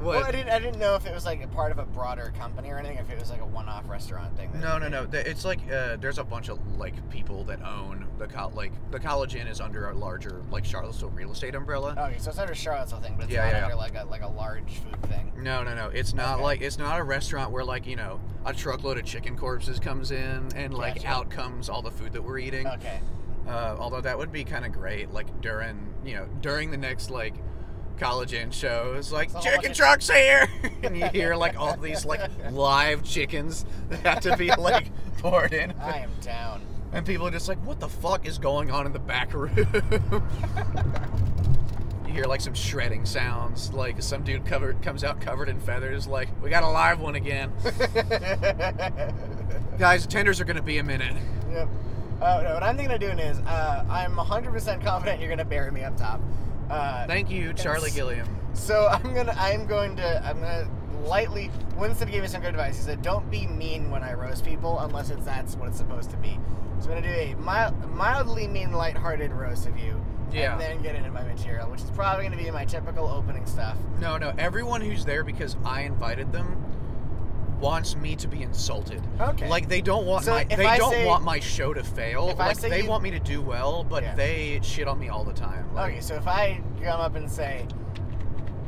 S1: well, I
S2: what?
S1: didn't I didn't know if it was like a part of a broader company or anything. If it was like a one-off restaurant thing. that
S2: No,
S1: they
S2: no, no.
S1: did.
S2: Th- It's like uh, there's a bunch of like people that own the co- like the College Inn is under a larger like Charlottesville real estate umbrella.
S1: Oh, Okay, so it's under Charlottesville thing, but it's
S2: Yeah,
S1: not
S2: yeah, yeah.
S1: under like a like a large food thing.
S2: No, no, no. It's not
S1: Oh. Okay.
S2: like it's not a restaurant where like you know a truckload of chicken corpses comes in and like
S1: Gotcha.
S2: out comes all the food that we're eating.
S1: Okay.
S2: Uh, although that would be kind of great, like during you know during the next like college inn show, it's like
S1: It's a whole bunch
S2: chicken
S1: of-
S2: trucks here, and you hear like all these like live chickens that have to be like poured in,
S1: I am down.
S2: and people are just like, what the fuck is going on in the back room? you hear like some shredding sounds, like some dude covered comes out covered in feathers, like we got a live one again. Guys, tenders are gonna be a minute.
S1: Yep. Oh no, what I'm thinking of doing is uh, I'm 100% confident you're gonna bury me up top. Uh,
S2: Thank you, Charlie Gilliam.
S1: So I'm gonna, I'm going to, I'm gonna lightly. Winston gave me some good advice. He said, "Don't be mean when I roast people, unless it's that's what it's supposed to be." So I'm gonna do a mild, mildly mean, lighthearted roast of you,
S2: Yeah.
S1: and then get into my material, which is probably gonna be my typical opening stuff.
S2: No, no, everyone who's there because I invited them wants me to be insulted.
S1: Okay.
S2: Like they don't want
S1: So
S2: my
S1: if
S2: they
S1: I
S2: don't
S1: say-
S2: want my show to fail.
S1: if I
S2: Like
S1: say
S2: they
S1: you-
S2: want me to do well, but
S1: Yeah. Oh,
S2: they shit on me all the time. Like,
S1: Okay, so if I come up and say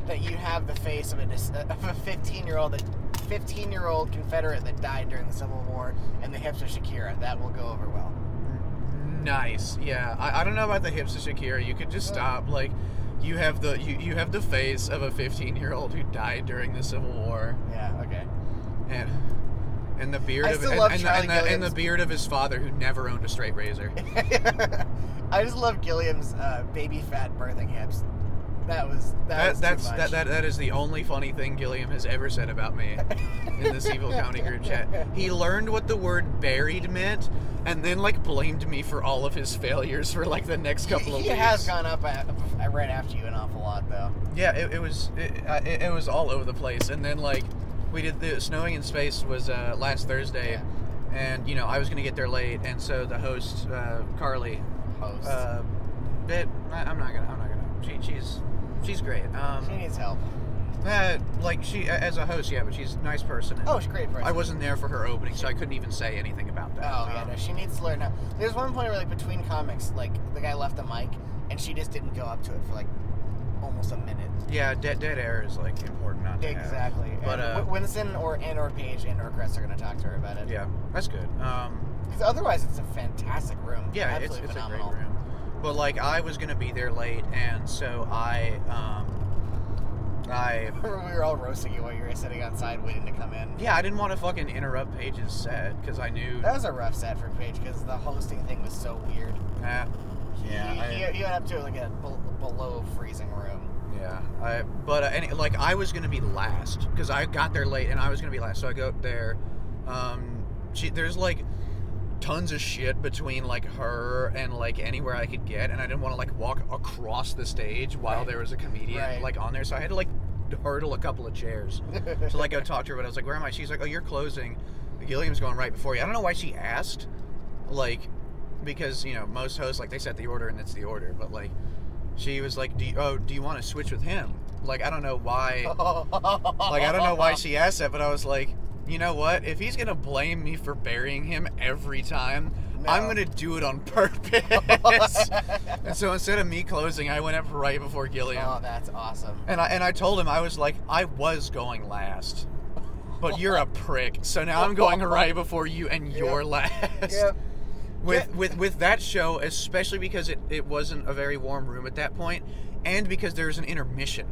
S1: that you have the face of a dis- uh, of a 15 year old that 15 year old Confederate that died during the Civil War and the hips of Shakira, that will go over well.
S2: Nice. Yeah. I, I don't know about the hips of Shakira. You could just stop. Like, you have the you, you have the face of a 15 year old who died during the Civil War,
S1: Yeah. Okay.
S2: and and the beard
S1: I
S2: of
S1: still
S2: and,
S1: love
S2: and, the-
S1: Charlie
S2: and, the, and the
S1: Gilliam's-
S2: beard of his father who never owned a straight razor.
S1: I just love Gilliam's uh, baby fat birthing hips. That was that,
S2: That,
S1: was
S2: that's
S1: too much.
S2: that, that that is the only funny thing Gilliam has ever said about me in this Evil County group chat. He learned what the word buried meant, and then like blamed me for all of his failures for like the next couple
S1: he,
S2: of
S1: he
S2: weeks.
S1: has gone up at, uh, right after you an awful lot though.
S2: Yeah, it, it was it, I- it, it was all over the place, and then like we did the snowing in space was uh, last Thursday, and you know I was gonna get there late, and so the host uh, Carly,
S1: Host.
S2: uh, bit I, I'm not gonna I'm not gonna she, she's she's great. Um,
S1: she needs help.
S2: uh, like she as a host, yeah, but she's a nice person. and
S1: Oh, she's a great person.
S2: I wasn't there for her opening, so I couldn't even say anything about that.
S1: Oh yeah,
S2: Um,
S1: no, she needs to learn how. There's one point where like between comics, like the guy left the mic and she just didn't go up to it for like almost a minute.
S2: yeah, dead dead air is like important. Not to have.
S1: Exactly.
S2: But,
S1: and
S2: uh,
S1: Wi- Winston or and or Page and or Chris are gonna talk to her about it.
S2: Yeah, that's good. Um,
S1: Because otherwise, it's a fantastic room.
S2: Yeah, it's,
S1: Absolutely
S2: it's a great
S1: phenomenal.
S2: room. But like I was gonna be there late, and so I, um, I
S1: Remember, we were all roasting you while you were sitting outside waiting to come in.
S2: yeah, I didn't want to fucking interrupt Paige's set because I knew.
S1: That was a rough set for Page because the hosting thing was so weird.
S2: Nah, yeah,
S1: He,
S2: I,
S1: he, he went up to like a bel below freezing room.
S2: yeah. I but uh, any, like I was gonna be last because I got there late and I was gonna be last, so I go up there. Um, she, there's like tons of shit between like her and like anywhere I could get, and I didn't want to like walk across the stage while
S1: Right.
S2: there was a comedian
S1: Right.
S2: like on there, so I had to like hurdle a couple of chairs. So like I talked to her, but I was like, "Where am I?" She's like, "Oh, you're closing." Gilliam's going right before you. I don't know why she asked, like, because you know most hosts like they set the order and it's the order. But like, she was like, "Do you, oh, do you want to switch with him?" Like I don't know why.
S1: Oh,
S2: Like I don't know why she asked that, but I was like, you know what? If he's gonna blame me for burying him every time, I'm
S1: No.
S2: gonna do it on purpose. and so instead of me closing, I went up right before Gilliam.
S1: Oh, that's awesome.
S2: And I and I told him I was like I was going last, but you're a prick. So now I'm going right before you, and you're last.
S1: Yep.
S2: With
S1: Yeah.
S2: with with that show, especially because it it wasn't a very warm room at that point, and because there was an intermission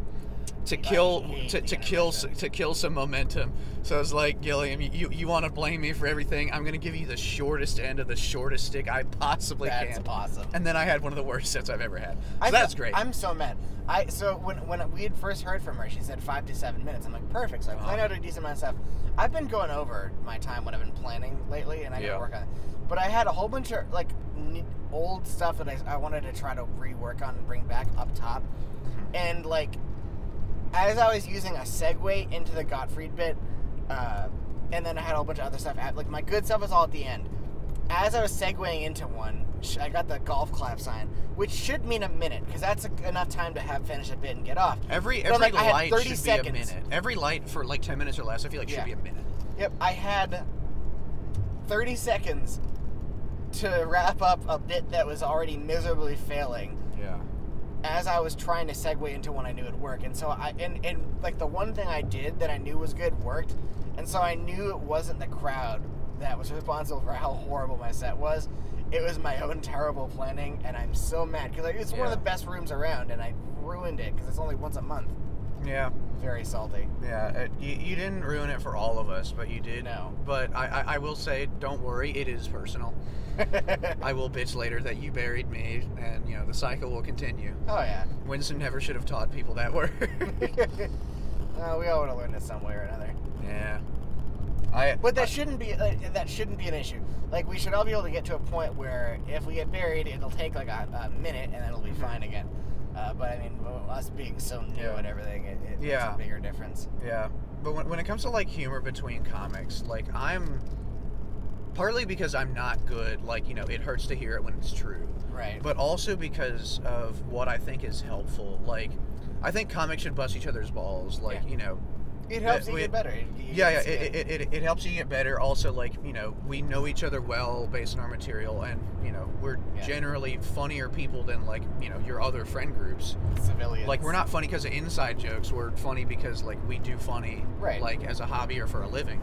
S2: to kill
S1: hate
S2: to,
S1: the
S2: to kill s-
S1: intermissions.
S2: to kill some momentum. So I was like Gilliam, you you want to blame me for everything? I'm gonna give you the shortest end of the shortest stick I possibly
S1: That's
S2: can.
S1: awesome.
S2: And then I had one of the worst sets I've ever had. So
S1: I
S2: that's
S1: know-
S2: great.
S1: I'm so mad. I so when when we had first heard from her, she said five to seven minutes. I'm like, perfect. So I plan
S2: Uh-huh.
S1: out a decent amount of stuff. I've been going over my time what I've been planning lately, and I gotta
S2: Yeah.
S1: work on it. But I had a whole bunch of like n- old stuff that I, I wanted to try to rework on and bring back up top,
S2: Mm-hmm.
S1: and like as I was using a segue into the Gottfried bit, uh, and then I had a whole bunch of other stuff. At, like my good stuff was all at the end. As I was segueing into one, sh- I got the golf clap sign, which should mean a minute because that's a, enough time to have finish a bit and get off.
S2: Every
S1: But
S2: every
S1: I'm like, I had
S2: light
S1: 30
S2: should
S1: seconds.
S2: be a minute. Every light for like ten minutes or less, I feel like
S1: Yeah.
S2: should be a minute.
S1: Yep, I had 30 seconds to wrap up a bit that was already miserably failing.
S2: Yeah.
S1: as I was trying to segue into one I knew would work. And so I and, and like the one thing I did that I knew was good worked. And so I knew it wasn't the crowd that was responsible for how horrible my set was. It was my own terrible planning, and I'm so mad because like, it's one of
S2: Yeah.
S1: the best rooms around, and I ruined it because it's only once a month.
S2: Yeah.
S1: Very salty.
S2: Yeah. It, you, you didn't ruin it for all of us, but you did.
S1: No.
S2: But I, I I will say, don't worry, it is personal.
S1: oh
S2: I will bitch later that you buried me, and you know the cycle will continue.
S1: yeah,
S2: Winston never should have taught people that word.
S1: uh, we all would have learned it some way or another.
S2: yeah. I.
S1: But that shouldn't be like, that shouldn't be an issue. Like we should all be able to get to a point where if we get buried, it'll take like a, a minute and then it'll be fine again. Uh, but I mean, w- us being so new
S2: Mm-hmm. Yeah.
S1: at everything, it, it
S2: Yeah.
S1: makes a bigger difference.
S2: Yeah, but when, when it comes to like humor between comics, like I'm partly because I'm not good. Like you know, it hurts to hear it when it's true,
S1: Right.
S2: but also because of what I think is helpful. Like I think comics should bust each other's balls. Like
S1: Yeah.
S2: you know,
S1: it helps
S2: that
S1: you
S2: we-
S1: get better. It- you
S2: yeah, yeah,
S1: get
S2: it,
S1: skin.
S2: it, it, it helps you get better. Also, like you know, we know each other well based on our material, and you know, we're
S1: Yeah.
S2: generally funnier people than like you know your other friend groups
S1: Civilians.
S2: like we're not funny because of inside jokes we're funny because like we do funny
S1: Right.
S2: like as a hobby or for a living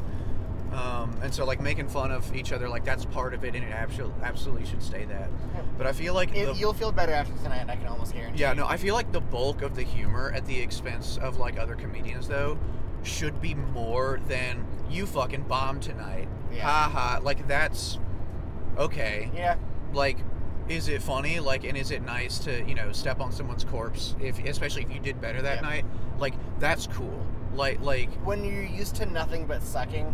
S2: um, and so like making fun of each other like that's part of it and it absolutely absolutely should stay that
S1: Yeah.
S2: but i feel like
S1: It-
S2: the,
S1: you'll feel better after tonight. I can almost guarantee.
S2: yeah no i feel like the bulk of the humor at the expense of like other comedians though should be more than you fucking bombed tonight
S1: Yeah.
S2: ha ha like that's okay
S1: Yeah.
S2: like is it funny like and is it nice to you know step on someone's corpse if especially if you did better that
S1: Yeah.
S2: night like that's cool like like
S1: When you're used to nothing but sucking.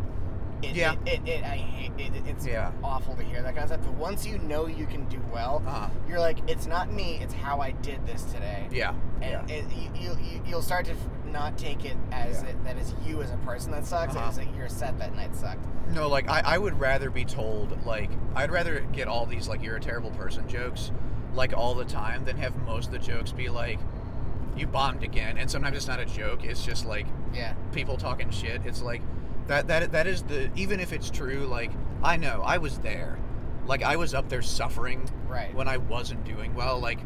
S1: It,
S2: Yeah.
S1: It, it, it, I hate it. It's
S2: Yeah.
S1: awful to hear that concept. But once you know you can do well,
S2: uh
S1: you're like, it's not me. It's how I did this today.
S2: yeah yeah
S1: and it, you, you, you- you'll start to f- not take it as
S2: Yeah.
S1: it, that it's you as a person that sucks.
S2: Uh-huh.
S1: It's that your set that night sucked.
S2: No, like I, I would rather be told like I'd rather get all these like you're a terrible person jokes like all the time than have most of the jokes be like you bombed again and sometimes it's not a joke, it's just like
S1: Yeah.
S2: people talking shit. It's like that that that is the even if it's true, like I know, I was there. Like I was up there suffering
S1: Right.
S2: when I wasn't doing well. Like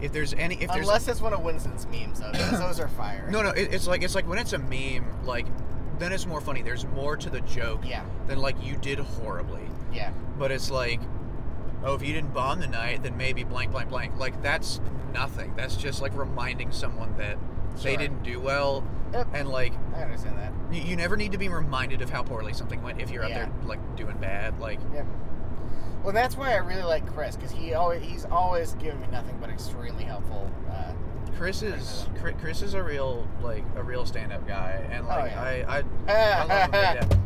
S2: if there's any if there's
S1: Unless it's one of Winston's memes, though, 'cause those are fire.
S2: no no it, it's like it's like when it's a meme, like then it's more funny. There's more to the joke
S1: Yeah.
S2: than like you did horribly.
S1: Yeah.
S2: but it's like, oh, if you didn't bomb the night, then maybe blank, blank, blank. Like that's nothing. That's just like reminding someone that they
S1: Sure.
S2: didn't do well,
S1: Yep.
S2: and like
S1: I understand that.
S2: you, you never need to be reminded of how poorly something went if you're out
S1: Yeah.
S2: there like doing bad. Like
S1: Yeah. Well, that's why I really like Chris because he always he's always given me nothing but extremely helpful. Uh,
S2: Chris is Chri- Chris is a real like a real stand up guy, and
S1: Oh,
S2: like
S1: yeah.
S2: I I, I love him to death.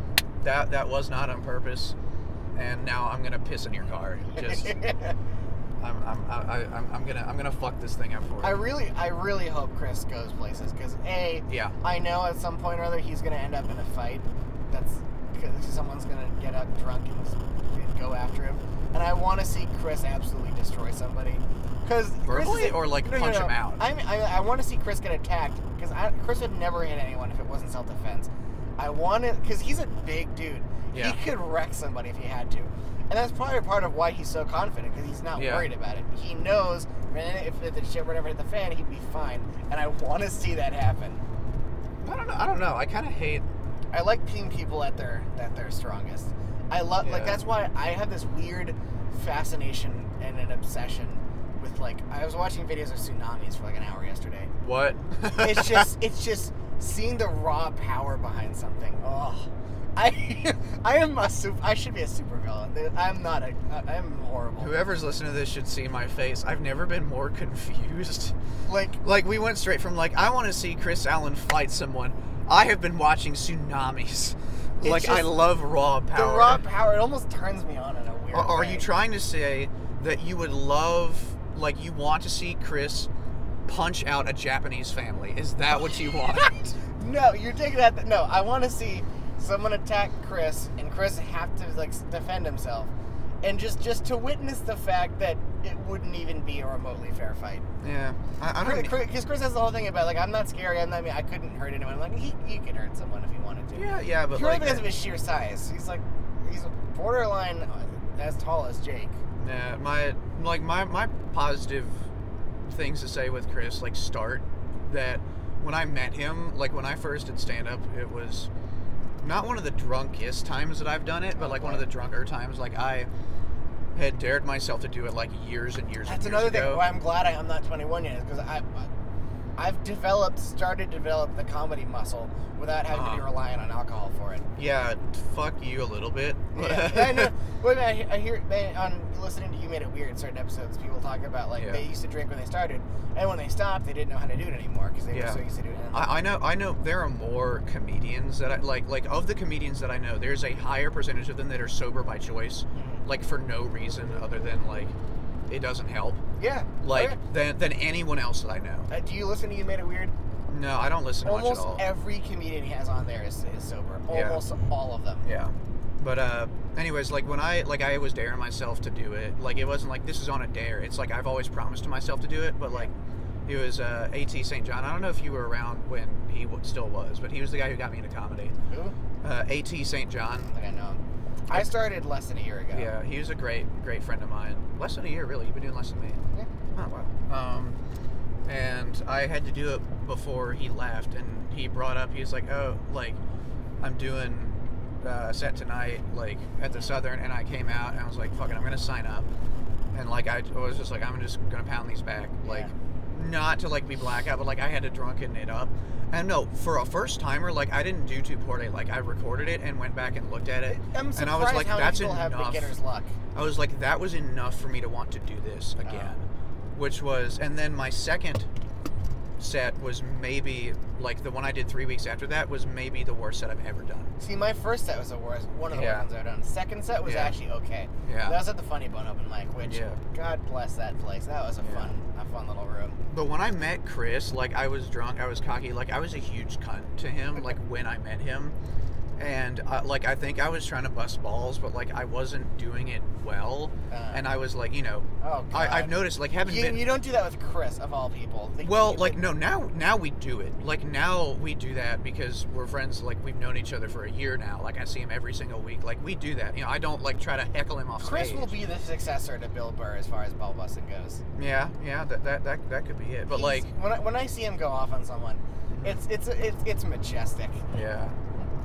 S2: That that was not on purpose, and now I'm gonna piss in your car. Just I'm I'm I, I- I'm, I'm gonna I'm gonna fuck this thing up for you.
S1: I really I really hope Chris goes places because a
S2: yeah.
S1: I know at some point or other he's gonna end up in a fight. That's because someone's gonna get up drunk and, s- and go after him. And I want to see Chris absolutely destroy somebody. Because
S2: Verbally or, like, punch him out?
S1: I mean, I, I want to see Chris get attacked because Chris would never hit anyone if it wasn't self defense. I want to because he's a big dude.
S2: Yeah.
S1: He could wreck somebody if he had to. And that's probably part of why he's so confident because he's not
S2: Yeah.
S1: worried about it. He knows man, if, if the shit were to hit the fan, he'd be fine. And I want to see that happen.
S2: I don't know. I don't know. I kind of hate.
S1: I like peeing people at their at their strongest. I love like
S2: Yeah.
S1: that's why I have this weird fascination and an obsession with like I was watching videos of tsunamis for like an hour yesterday.
S2: What?
S1: It's just it's just seeing the raw power behind something. Oh, I I am a super, I should be a supervillain. I'm not a I'm horrible.
S2: Whoever's listening to this should see my face. I've never been more confused.
S1: Like
S2: Like we went straight from like I want to see Chris Allen fight someone. I have been watching tsunamis.
S1: It's
S2: Like I
S1: just-
S2: love raw
S1: the
S2: power.
S1: raw power, it almost turns me on in a weird.
S2: Are, are
S1: way.
S2: you trying to say that you would love, like you want to see Chris punch out a Japanese family? Is that what you want?
S1: No, you're taking that. Th- no, I want to see someone attack Chris, and Chris have to like s- defend himself, and just just to witness the fact that it wouldn't even be a remotely fair fight.
S2: yeah. I, I don't.
S1: Because
S2: know.
S1: Chris, Chris has the whole thing about like I'm not scary. I'm not. I mean, I couldn't hurt anyone. I'm like he, you could hurt someone if you wanted to.
S2: Yeah, yeah, but
S1: Purely
S2: like.
S1: because of his sheer size. He's like he's borderline uh, as tall as Jake.
S2: Nah, my like my my positive things to say with Chris like start that when I met him, like when I first did stand up, it was not one of the drunkest times that I've done it, but like one of the drunker times. Like I had dared myself to do it like years and years.
S1: That's
S2: and years
S1: another thing.
S2: ago.
S1: Why I'm glad I, I'm not 21 yet is because I, I've developed, started to develop the comedy muscle without having to be
S2: Uh-huh.
S1: reliant on alcohol for it.
S2: Yeah, fuck you a little bit.
S1: Yeah, I know. Well, I, I hear they, on listening to you made it weird. Certain episodes, people talk about like
S2: Yeah.
S1: they used to drink when they started, and when they stopped, they didn't know how to do it anymore because they were
S2: Yeah.
S1: so used to doing it.
S2: I, I know I know there are more comedians that I like like of the comedians that I know, there's a higher percentage of them that are sober by choice,
S1: Mhm.
S2: like for no reason other than like it doesn't help.
S1: yeah.
S2: Like
S1: Okay.
S2: than than anyone else that I know.
S1: Uh, do you listen to you made it weird?
S2: No, I don't listen to much at
S1: Almost
S2: all.
S1: every comedian he has on there is, is sober.
S2: Yeah.
S1: Almost all of them.
S2: yeah. But uh anyways, like when I like I was daring myself to do it. Like it wasn't like this is on a dare. It's like I've always promised to myself to do it, but like it was uh, AT St. John. I don't know if you were around when he w- still was, but he was the guy who got me into comedy.
S1: Who?
S2: Uh, AT St. John.
S1: Like I know. him. I started less than a year ago.
S2: Yeah, he was a great, great friend of mine. Less than a year, really. You've been doing less than me.
S1: Yeah.
S2: Oh wow. Um, and I had to do it before he left, and he brought up, he was like, "Oh, like, I'm doing uh, a set tonight, like at the Southern," and I came out and I was like, "Fucking, I'm gonna sign up," and like I was just like, "I'm just gonna pound these back," like.
S1: Yeah.
S2: Not to like be blackout, but like I had to drunken it up, and no, for a first timer, like I didn't do too poorly. Like I recorded it and went back and looked at it,
S1: I'm surprised
S2: and I was like,
S1: how many
S2: "That's
S1: people have
S2: enough."
S1: beginner's luck.
S2: I was like, that was enough for me to want to do this again, which was, and then my second set was maybe like the one I did three weeks after that was maybe the worst set I've ever done.
S1: See, my first set was the worst, one of the
S2: Yeah.
S1: worst ones I've done. Second set was
S2: Yeah.
S1: actually okay.
S2: Yeah.
S1: That was at the Funny Bone Open Mic, which
S2: Yeah.
S1: God bless that place. That was a
S2: Yeah.
S1: fun, a fun little room.
S2: But when I met Chris, like I was drunk, I was cocky, like I was a huge cunt to him, like when I met him, and uh, like I think I was trying to bust balls, but like I wasn't doing it well,
S1: Uh,
S2: and I was like, you know,
S1: oh God.
S2: I, I've noticed like having
S1: you,
S2: been
S1: you don't do that with Chris of all people. The-
S2: well,
S1: you
S2: like
S1: would-
S2: no, now now we do it. Like now we do that because we're friends. Like we've known each other for a year now. Like I see him every single week. Like we do that. You know, I don't like try to heckle him off
S1: Chris
S2: stage.
S1: will be the successor to Bill Burr as far as ball busting goes.
S2: Yeah, yeah, that that that, that could be it. But
S1: He's-
S2: like, Mm-hmm.
S1: when I, when I see him go off on someone, it's it's it's it's majestic.
S2: yeah.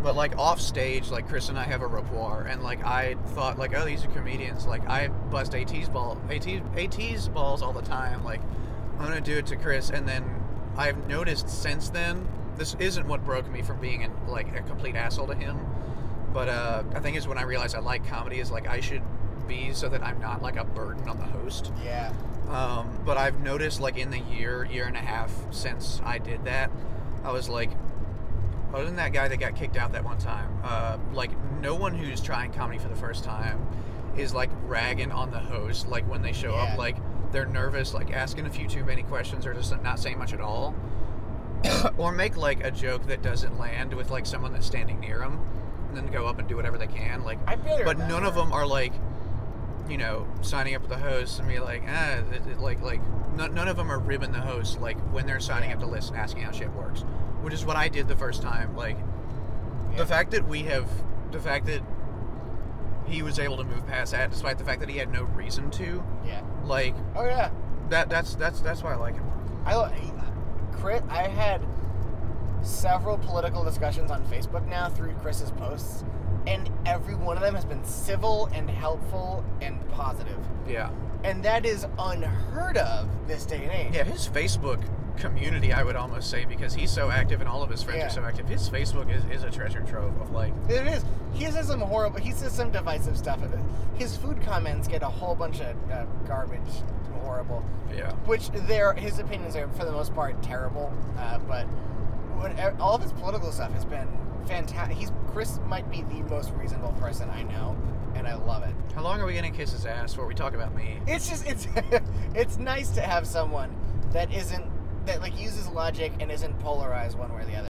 S2: But like off stage, like Chris and I have a rapport, and like I thought, like oh these are comedians. Like I bust AT's ball, AT AT's balls all the time. Like I'm gonna do it to Chris, and then I've noticed since then this isn't what broke me from being an, like a complete asshole to him. But uh, I think it's when I realized I like comedy is like I should be so that I'm not like a burden on the host.
S1: Yeah.
S2: Um, but I've noticed, like, in the year, year and a half since I did that, I was like, other than that guy that got kicked out that one time, uh, like, no one who's trying comedy for the first time is, like, ragging on the host, like, when they show
S1: Yeah.
S2: up. Like, they're nervous, like, asking a few too many questions or just not saying much at all. or make, like, a joke that doesn't land with, like, someone that's standing near them and then go up and do whatever they can. Like,
S1: I barely
S2: but none
S1: remember.
S2: of them are like you know signing up with the host and be like ah it, it- like like none, none of them are ribbing the host like when they're signing up to list and asking how shit works which is what i did the first time like
S1: Yeah.
S2: the fact that we have the fact that he was able to move past that despite the fact that he had no reason to
S1: Yeah.
S2: like
S1: Oh yeah.
S2: that that's that's that's why i like him
S1: I lo- Chris. I had several political discussions on Facebook now through Chris's posts, and every one of them has been civil and helpful and positive,
S2: yeah
S1: and that is unheard of this day and age.
S2: yeah his facebook community i would almost say because he's so active and all of his friends
S1: Yeah.
S2: are so active his facebook is, is a treasure trove of like
S1: It is. He says some horrible. He says some divisive stuff. His food comments get a whole bunch of uh, garbage, horrible.
S2: yeah
S1: which their his opinions are for the most part terrible. Uh, but when, e, all of his political stuff has been fantastic. He's Chris might be the most reasonable person I know, and I love it.
S2: How long are we gonna kiss his ass before we talk about me?
S1: It's just it's it's nice to have someone that isn't that like uses logic and isn't polarized one way or the other.